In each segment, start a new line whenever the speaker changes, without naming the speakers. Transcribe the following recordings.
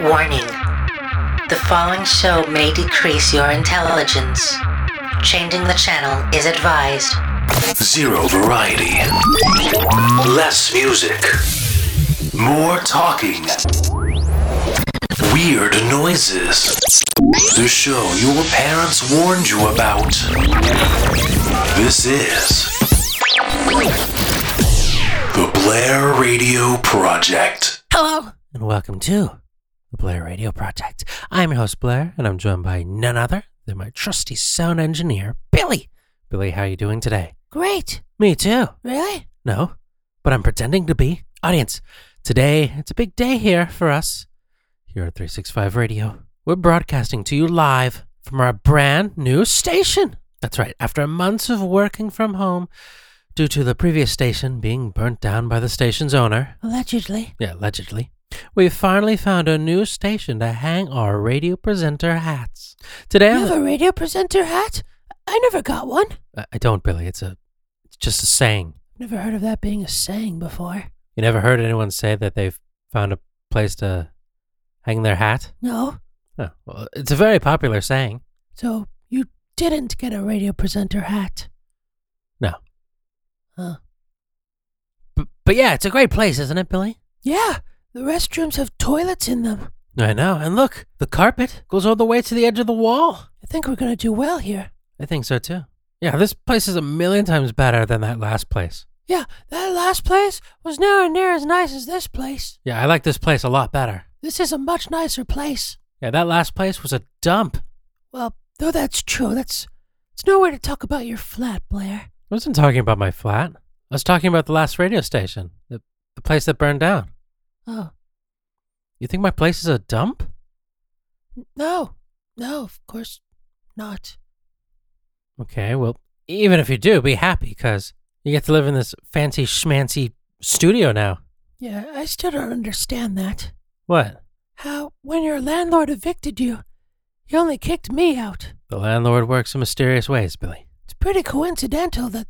Warning The following show may decrease your intelligence. Changing the channel is advised.
Zero variety. Less music. More talking. Weird noises. The show your parents warned you about. This is. The Blair Radio Project.
Hello and welcome to the Blair Radio Project. I'm your host Blair, and I'm joined by none other than my trusty sound engineer Billy. Billy, how are you doing today?
Great.
Me too.
Really?
No, but I'm pretending to be. Audience, today it's a big day here for us here at 365 Radio. We're broadcasting to you live from our brand new station. That's right, after months of working from home due to the previous station being burnt down by the station's owner,
Allegedly.
yeah, allegedly. We've finally found a new station to hang our radio presenter hats. Today,
You
on the-
have a radio presenter hat? I never got one.
I- I don't, Billy. It's a, it's just a saying.
Never heard of that being a saying before.
You never heard anyone say that they've found a place to hang their hat.
No.
Oh, well, it's a very popular saying.
So you didn't get a radio presenter hat.
No,
Huh.
but but yeah, it's a great place, isn't it, Billy?
Yeah. The restrooms have toilets in them.
I know. And look, the carpet goes all the way to the edge of the wall.
I think we're gonna do well here.
I think so too. Yeah, this place is a million times better than that last place.
Yeah, that last place was nowhere near as nice as this place.
Yeah, I like this place a lot better.
This is a much nicer place.
Yeah, that last place was a dump.
Well, though that's true, that's it's no way to talk about your flat, Blair.
I wasn't talking about my flat. I was talking about the last radio station, the, the place that burned down.
Oh.
You think my place is a dump?
No. No, of course not.
Okay, well, even if you do, be happy because you get to live in this fancy schmancy studio now.
Yeah, I still don't understand that.
What?
How, when your landlord evicted you, he only kicked me out.
The landlord works in mysterious ways, Billy.
It's pretty coincidental that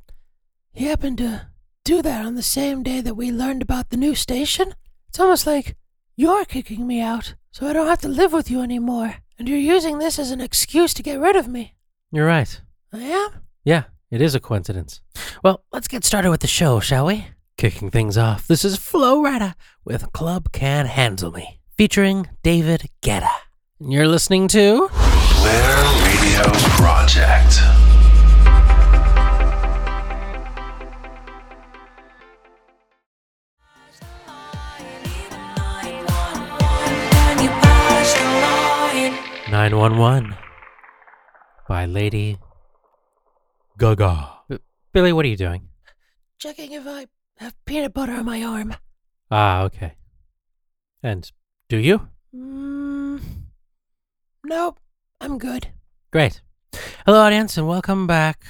he happened to do that on the same day that we learned about the new station. It's almost like you're kicking me out, so I don't have to live with you anymore, and you're using this as an excuse to get rid of me.
You're right.
I am?
Yeah, it is a coincidence. Well, let's get started with the show, shall we? Kicking things off, this is Flo Rida with Club Can Handle Me, featuring David Guetta. And you're listening to.
Blair Radio Project.
you pass the line.
911 by Lady Gaga. Billy, what are you doing?
Checking if I have peanut butter on my arm.
Ah, okay. And do you?
Mm, nope, I'm good.
Great. Hello, audience, and welcome back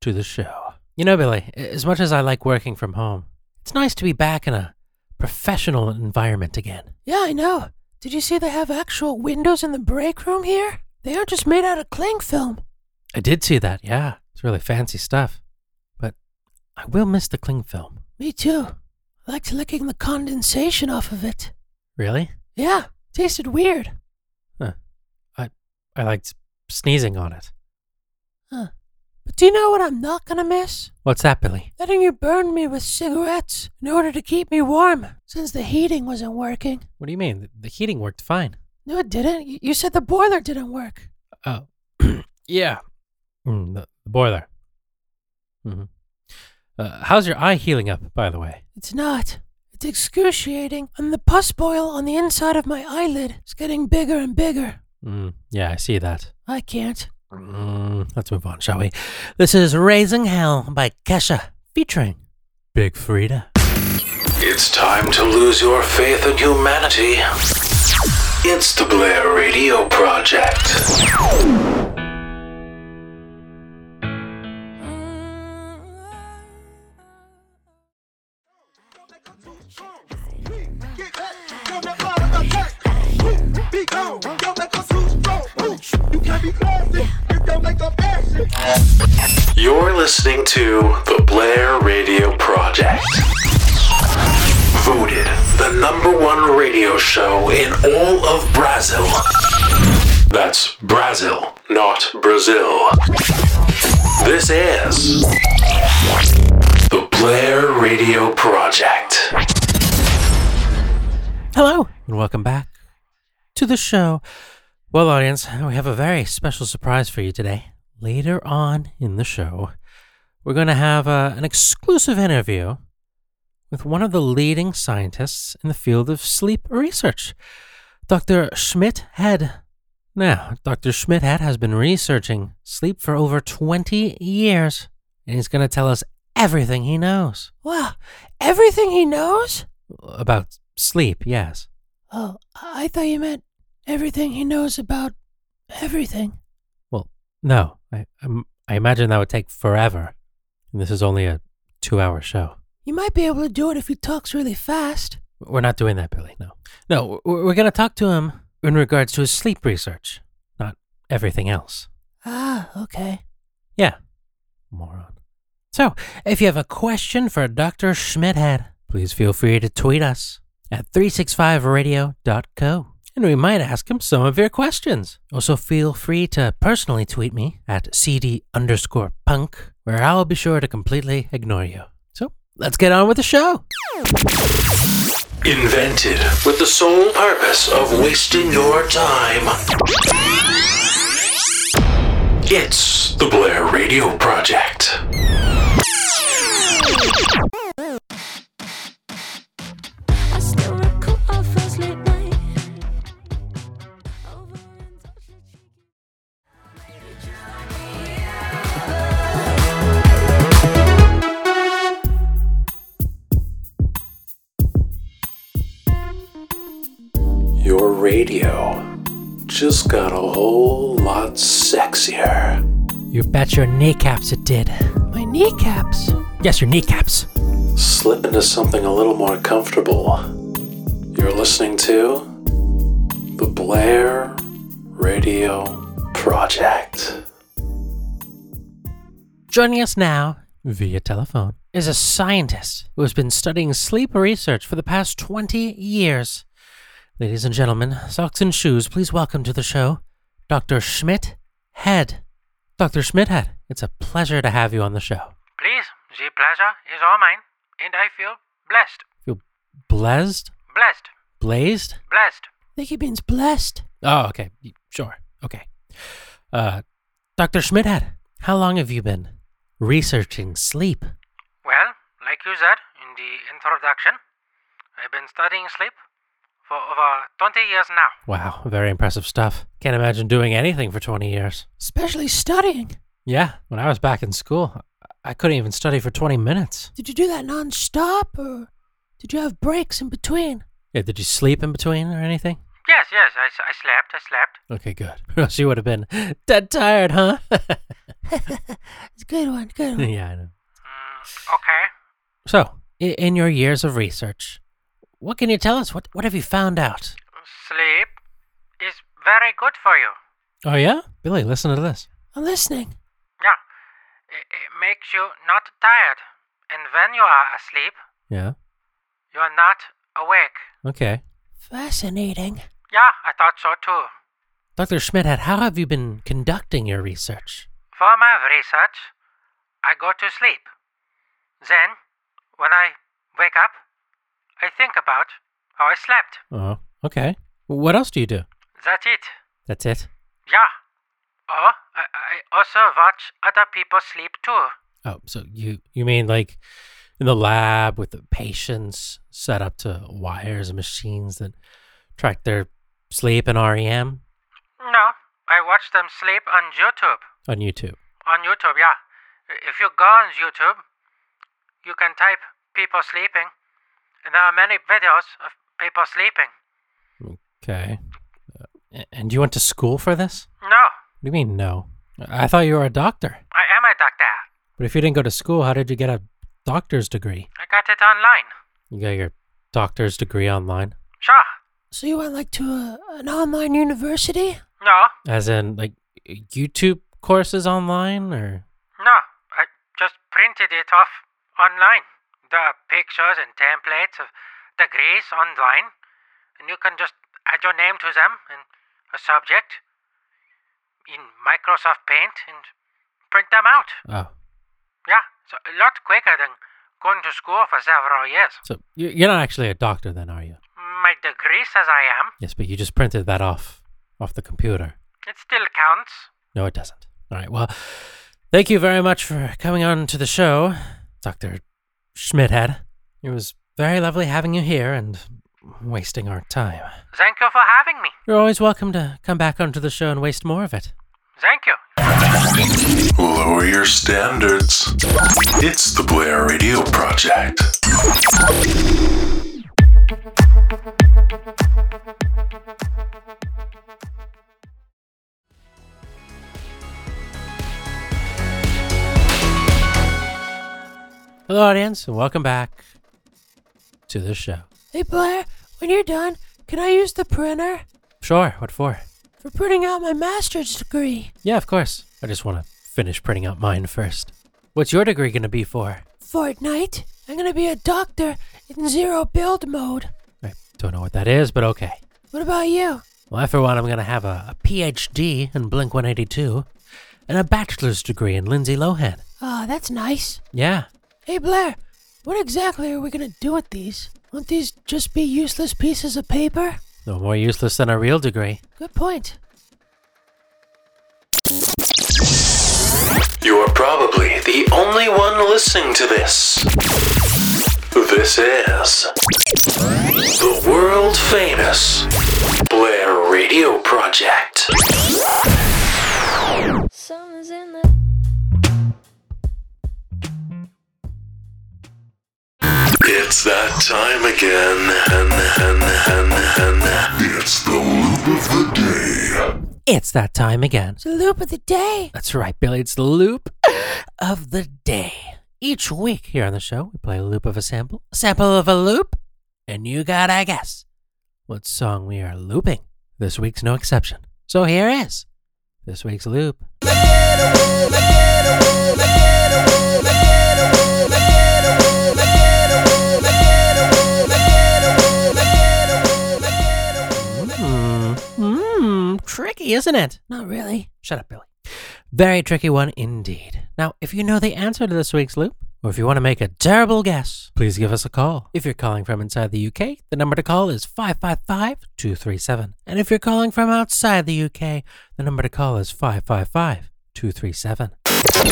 to the show. You know, Billy, as much as I like working from home, it's nice to be back in a professional environment again.
Yeah, I know. Did you see they have actual windows in the break room here? They aren't just made out of cling film.
I did see that, yeah. It's really fancy stuff. But I will miss the cling film.
Me too. I liked licking the condensation off of it.
Really?
Yeah, tasted weird.
Huh. I, I liked sneezing on it.
Huh. But do you know what I'm not gonna miss?
What's that, Billy?
Letting you burn me with cigarettes in order to keep me warm, since the heating wasn't working.
What do you mean? The- The heating worked fine.
No, it didn't. Y- You said the boiler didn't work.
Oh, yeah. Mm, the, the boiler. hmm Uh, how's your eye healing up, by the way?
It's not. It's excruciating, and the pus boil on the inside of my eyelid is getting bigger and bigger.
Mm, yeah, I see that.
I can't.
Mm, let's move on, shall we? This is Raising Hell by Kesha, featuring Big Frida.
It's time to lose your faith in humanity. It's the Blair Radio Project. You're listening to the Blair Radio Project. Voted the number one radio show in all of Brazil. That's Brazil, not Brazil. This is the Blair Radio Project.
Hello, and welcome back to the show. Well, audience, we have a very special surprise for you today. Later on in the show, we're going to have uh, an exclusive interview with one of the leading scientists in the field of sleep research, Dr. Schmidt Head. Now, Dr. Schmidt Head has been researching sleep for over 20 years, and he's going to tell us everything he knows
Wow, everything he knows?
about sleep, yes.
Oh, I I thought you meant everything he knows about everything.
Well, no. I, I'm- I imagine that would take forever. And this is only a two hour show.
You might be able to do it if he talks really fast.
We're not doing that, Billy. No. No, we're, we're going to talk to him in regards to his sleep research, not everything else.
Ah, okay.
Yeah. Moron. So, if you have a question for Dr. Schmidhead, please feel free to tweet us at 365radio.co. And we might ask him some of your questions. Also, feel free to personally tweet me at cd underscore punk, where I'll be sure to completely ignore you. So, let's get on with the show.
Invented with the sole purpose of wasting your time. It's the Blair Radio Project.
I still recall our first late night. Over and touch
Your radio just got a whole lot sexier.
You bet your kneecaps it did.
My kneecaps.
Yes, your kneecaps.
Slip into something a little more comfortable. You're listening to the Blair Radio Project.
Joining us now via telephone is a scientist who has been studying sleep research for the past 20 years. Ladies and gentlemen, socks and shoes, please welcome to the show Dr. Schmidt Head. Dr. Schmidt Head, it's a pleasure to have you on the show.
Please, the pleasure is all mine, and I feel blessed,
Feel blessed?
blessed,
Blazed?
blessed.
I think he means blessed.
Oh, okay. Y- Sure. Okay. Uh, Dr. Schmidt Head, how long have you been researching sleep?
Well, like you said in the introduction, I've been studying sleep for over 20 years now.
Wow, very impressive stuff. Can't imagine doing anything for 20 years.
Especially studying.
Yeah, when I was back in school, I- I couldn't even study for 20 minutes.
Did you do that non-stop, or did you have breaks in between?
Yeah, did you sleep in between or anything?
Yes, yes, I, s- I slept, I slept.
Okay, good. Or else you would have been dead tired, huh?
It's a good one, good one.
yeah, I know.
Mm, okay.
So, i- in your years of research, what can you tell us? What, what have you found out?
Sleep is very good for you.
Oh, yeah? Billy, listen to this.
I'm listening.
Yeah. It, it makes you not tired. And when you are asleep,
Yeah,
you are not awake.
okay.
Fascinating.
Yeah, I thought so too.
Dr. Schmidt, how have you been conducting your research?
For my research, I go to sleep. Then, when I wake up, I think about how I slept.
Oh, okay. What else do you do?
That's it.
That's it.
Yeah. Or I, I also watch other people sleep too.
Oh, so you you mean like in the lab with the patients set up to wires and machines that track their sleep and E REM
No, I watch them sleep on YouTube.
on YouTube?
On YouTube, yeah. If you go on YouTube, you can type people sleeping, and there are many videos of people sleeping.
Okay. Uh, and you went to school for this?
No,
What do you mean no? I thought you were a doctor.
I am a doctor.
But if you didn't go to school, how did you get a doctor's degree?
I got it online.
You got your doctor's degree online,
Sure.
So you went like to a, an online university?
No,
as in like YouTube courses online, or
No, I just printed it off online. There are pictures and templates of degrees online, and you can just add your name to them and a subject in Microsoft Paint and print them out.
Oh,
Yeah, so a lot quicker than going to school for several years.
so you- you're not actually a doctor then, are you?
My degree says I am.
Yes, but you just printed that off off the computer.
It still counts.
No, it doesn't. All right. Well, thank you very much for coming on to the show, Dr. Schmidthead. It was very lovely having you here and wasting our time.
Thank you for having me.
You're always welcome to come back onto the show and waste more of it.
Thank you.
Lower your standards. It's the Blair Radio Project.
Hello, audience, and welcome back to the show.
Hey, Blair, when you're done, can I use the printer
Sure, what for?
for printing out my master's degree?
Yeah, of course. I just want to finish printing out mine first. What's your degree going to be for?
Fortnite? I'm gonna be a doctor in zero build mode.
I don't know what that is, but okay.
What about you?
Well, for one, I'm going to have a, a PhD in Blink 182 and a bachelor's degree in Lindsay Lohan.
Ah, that's nice.
Yeah.
Hey, Blair, what exactly are we gonna do with these? Won't these just be useless pieces of paper?
No more useless than a real degree.
Good point.
You are probably the only one listening to this. This is the world famous Blair Radio Project.
Someone's in the
It's that time again. It's the loop of the day.
It's that time again.
It's a loop of the day.
That's right, Billy. It's the loop of the day. Each week here on the show, we play a loop of a sample, a sample of a loop, and you gotta guess what song we are looping. This week's no exception. So here is this week's loop. Mmm, mmm, tricky, isn't it?
Not really.
Shut up, Billy. Very tricky one indeed. Now, if you know the answer to this week's loop, or if you want to make a terrible guess, please give us a call. If you're calling from inside the UK, the number to call is 555 237. And if you're calling from outside the UK, the number to call is 555 237.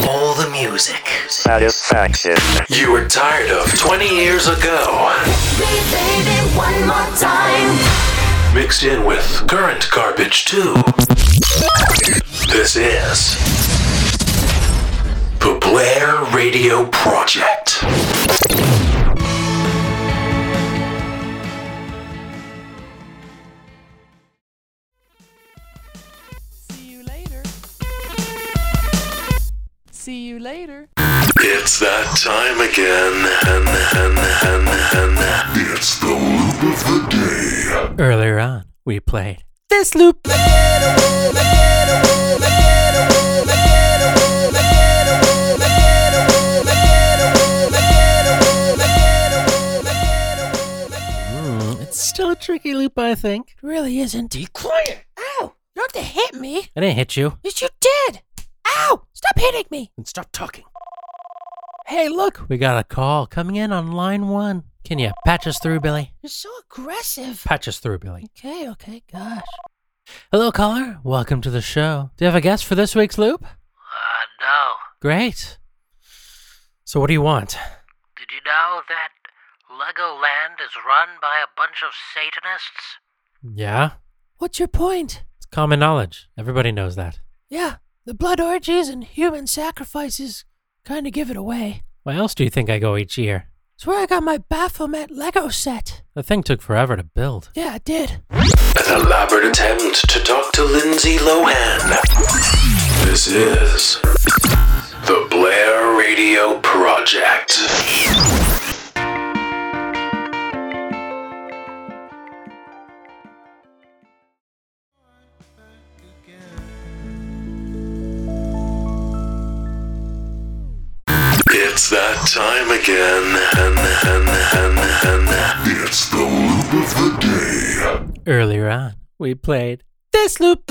All the music.
Satisfaction.
You were tired of 20 years ago,
Replay it one more time.
mixed in with current garbage too. This is the Blair Radio Project.
See you later.
It's that time again. It's the loop of the day.
Earlier on, we played this loop. Mm, It's Still a tricky loop, I think.
It really isn't. Be quiet. Ow! You don't have to hit me.
I didn't hit you.
Yes, you did. Ow! Stop hitting me.
And stop talking. Hey, look, we got a call coming in on line one. Can you patch us through, Billy?
You're so aggressive.
Patch us through, Billy.
Okay, okay, gosh.
Hello, caller. Welcome to the show. Do you have a guess for this week's loop?
Uh, no.
Great. So, what do you want?
Did you know that Legoland is run by a bunch of Satanists?
Yeah,
What's your point?
it's common knowledge. Everybody knows that.
Yeah, the blood orgies and human sacrifices kind of give it away.
Why else do you think I go each year?
It's where I got my Baphomet Lego set.
The thing took forever to build.
Yeah, it did.
An elaborate attempt to talk to Lindsay Lohan. This is the Blair Radio Project. It's It's that time again. It's the loop of the day.
Earlier on, we played this loop.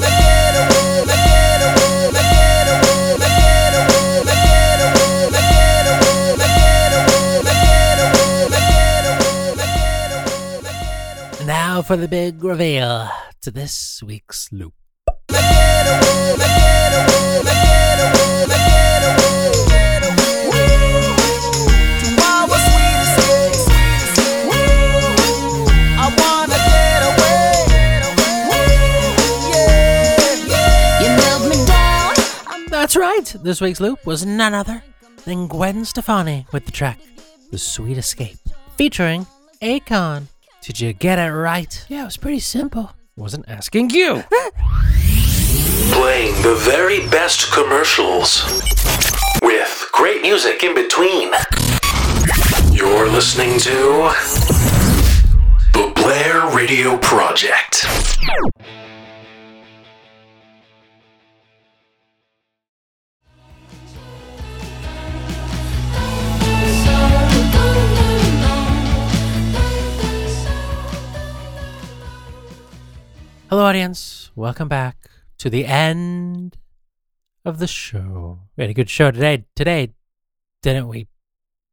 Now for the big reveal to this week's loop. That's right. This week's loop was none other than Gwen Stefani with the track The Sweet Escape, featuring Akon. Did you get it right?
Yeah, it was pretty simple.
Wasn't asking you.
Playing the very best commercials with great music in between. You're listening to The Blair Radio Project.
Hello, audience. Welcome back to the end of the show. We had a good show today, today, didn't we,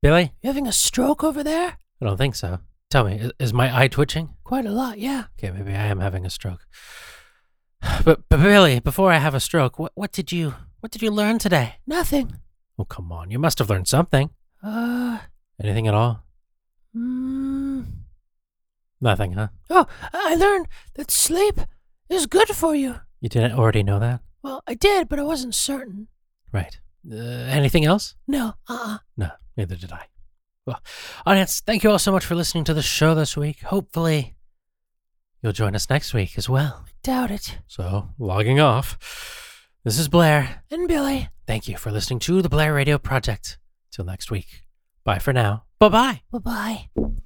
Billy?
You having a stroke over there?
I don't think so. Tell me, is, is my eye twitching?
Quite a lot, yeah.
Okay, maybe I am having a stroke. But, but Billy, before I have a stroke, what, what did you what did you learn today?
Nothing.
Oh, come on. You must have learned something.
Uh,
Anything at all?
mm,
Nothing, huh?
oh, I learned that sleep is good for you.
You didn't already know that?
Well, I did, but I wasn't certain.
Right. Uh, anything else?
No, uh-uh.
No, neither did I. Well, audience, thank you all so much for listening to the show this week. Hopefully, you'll join us next week as well.
Doubt it.
So, logging off. This is Blair.
And Billy,
Thank you for listening to the Blair Radio Project. Till next week. Bye for now. Bye bye.
bye-bye.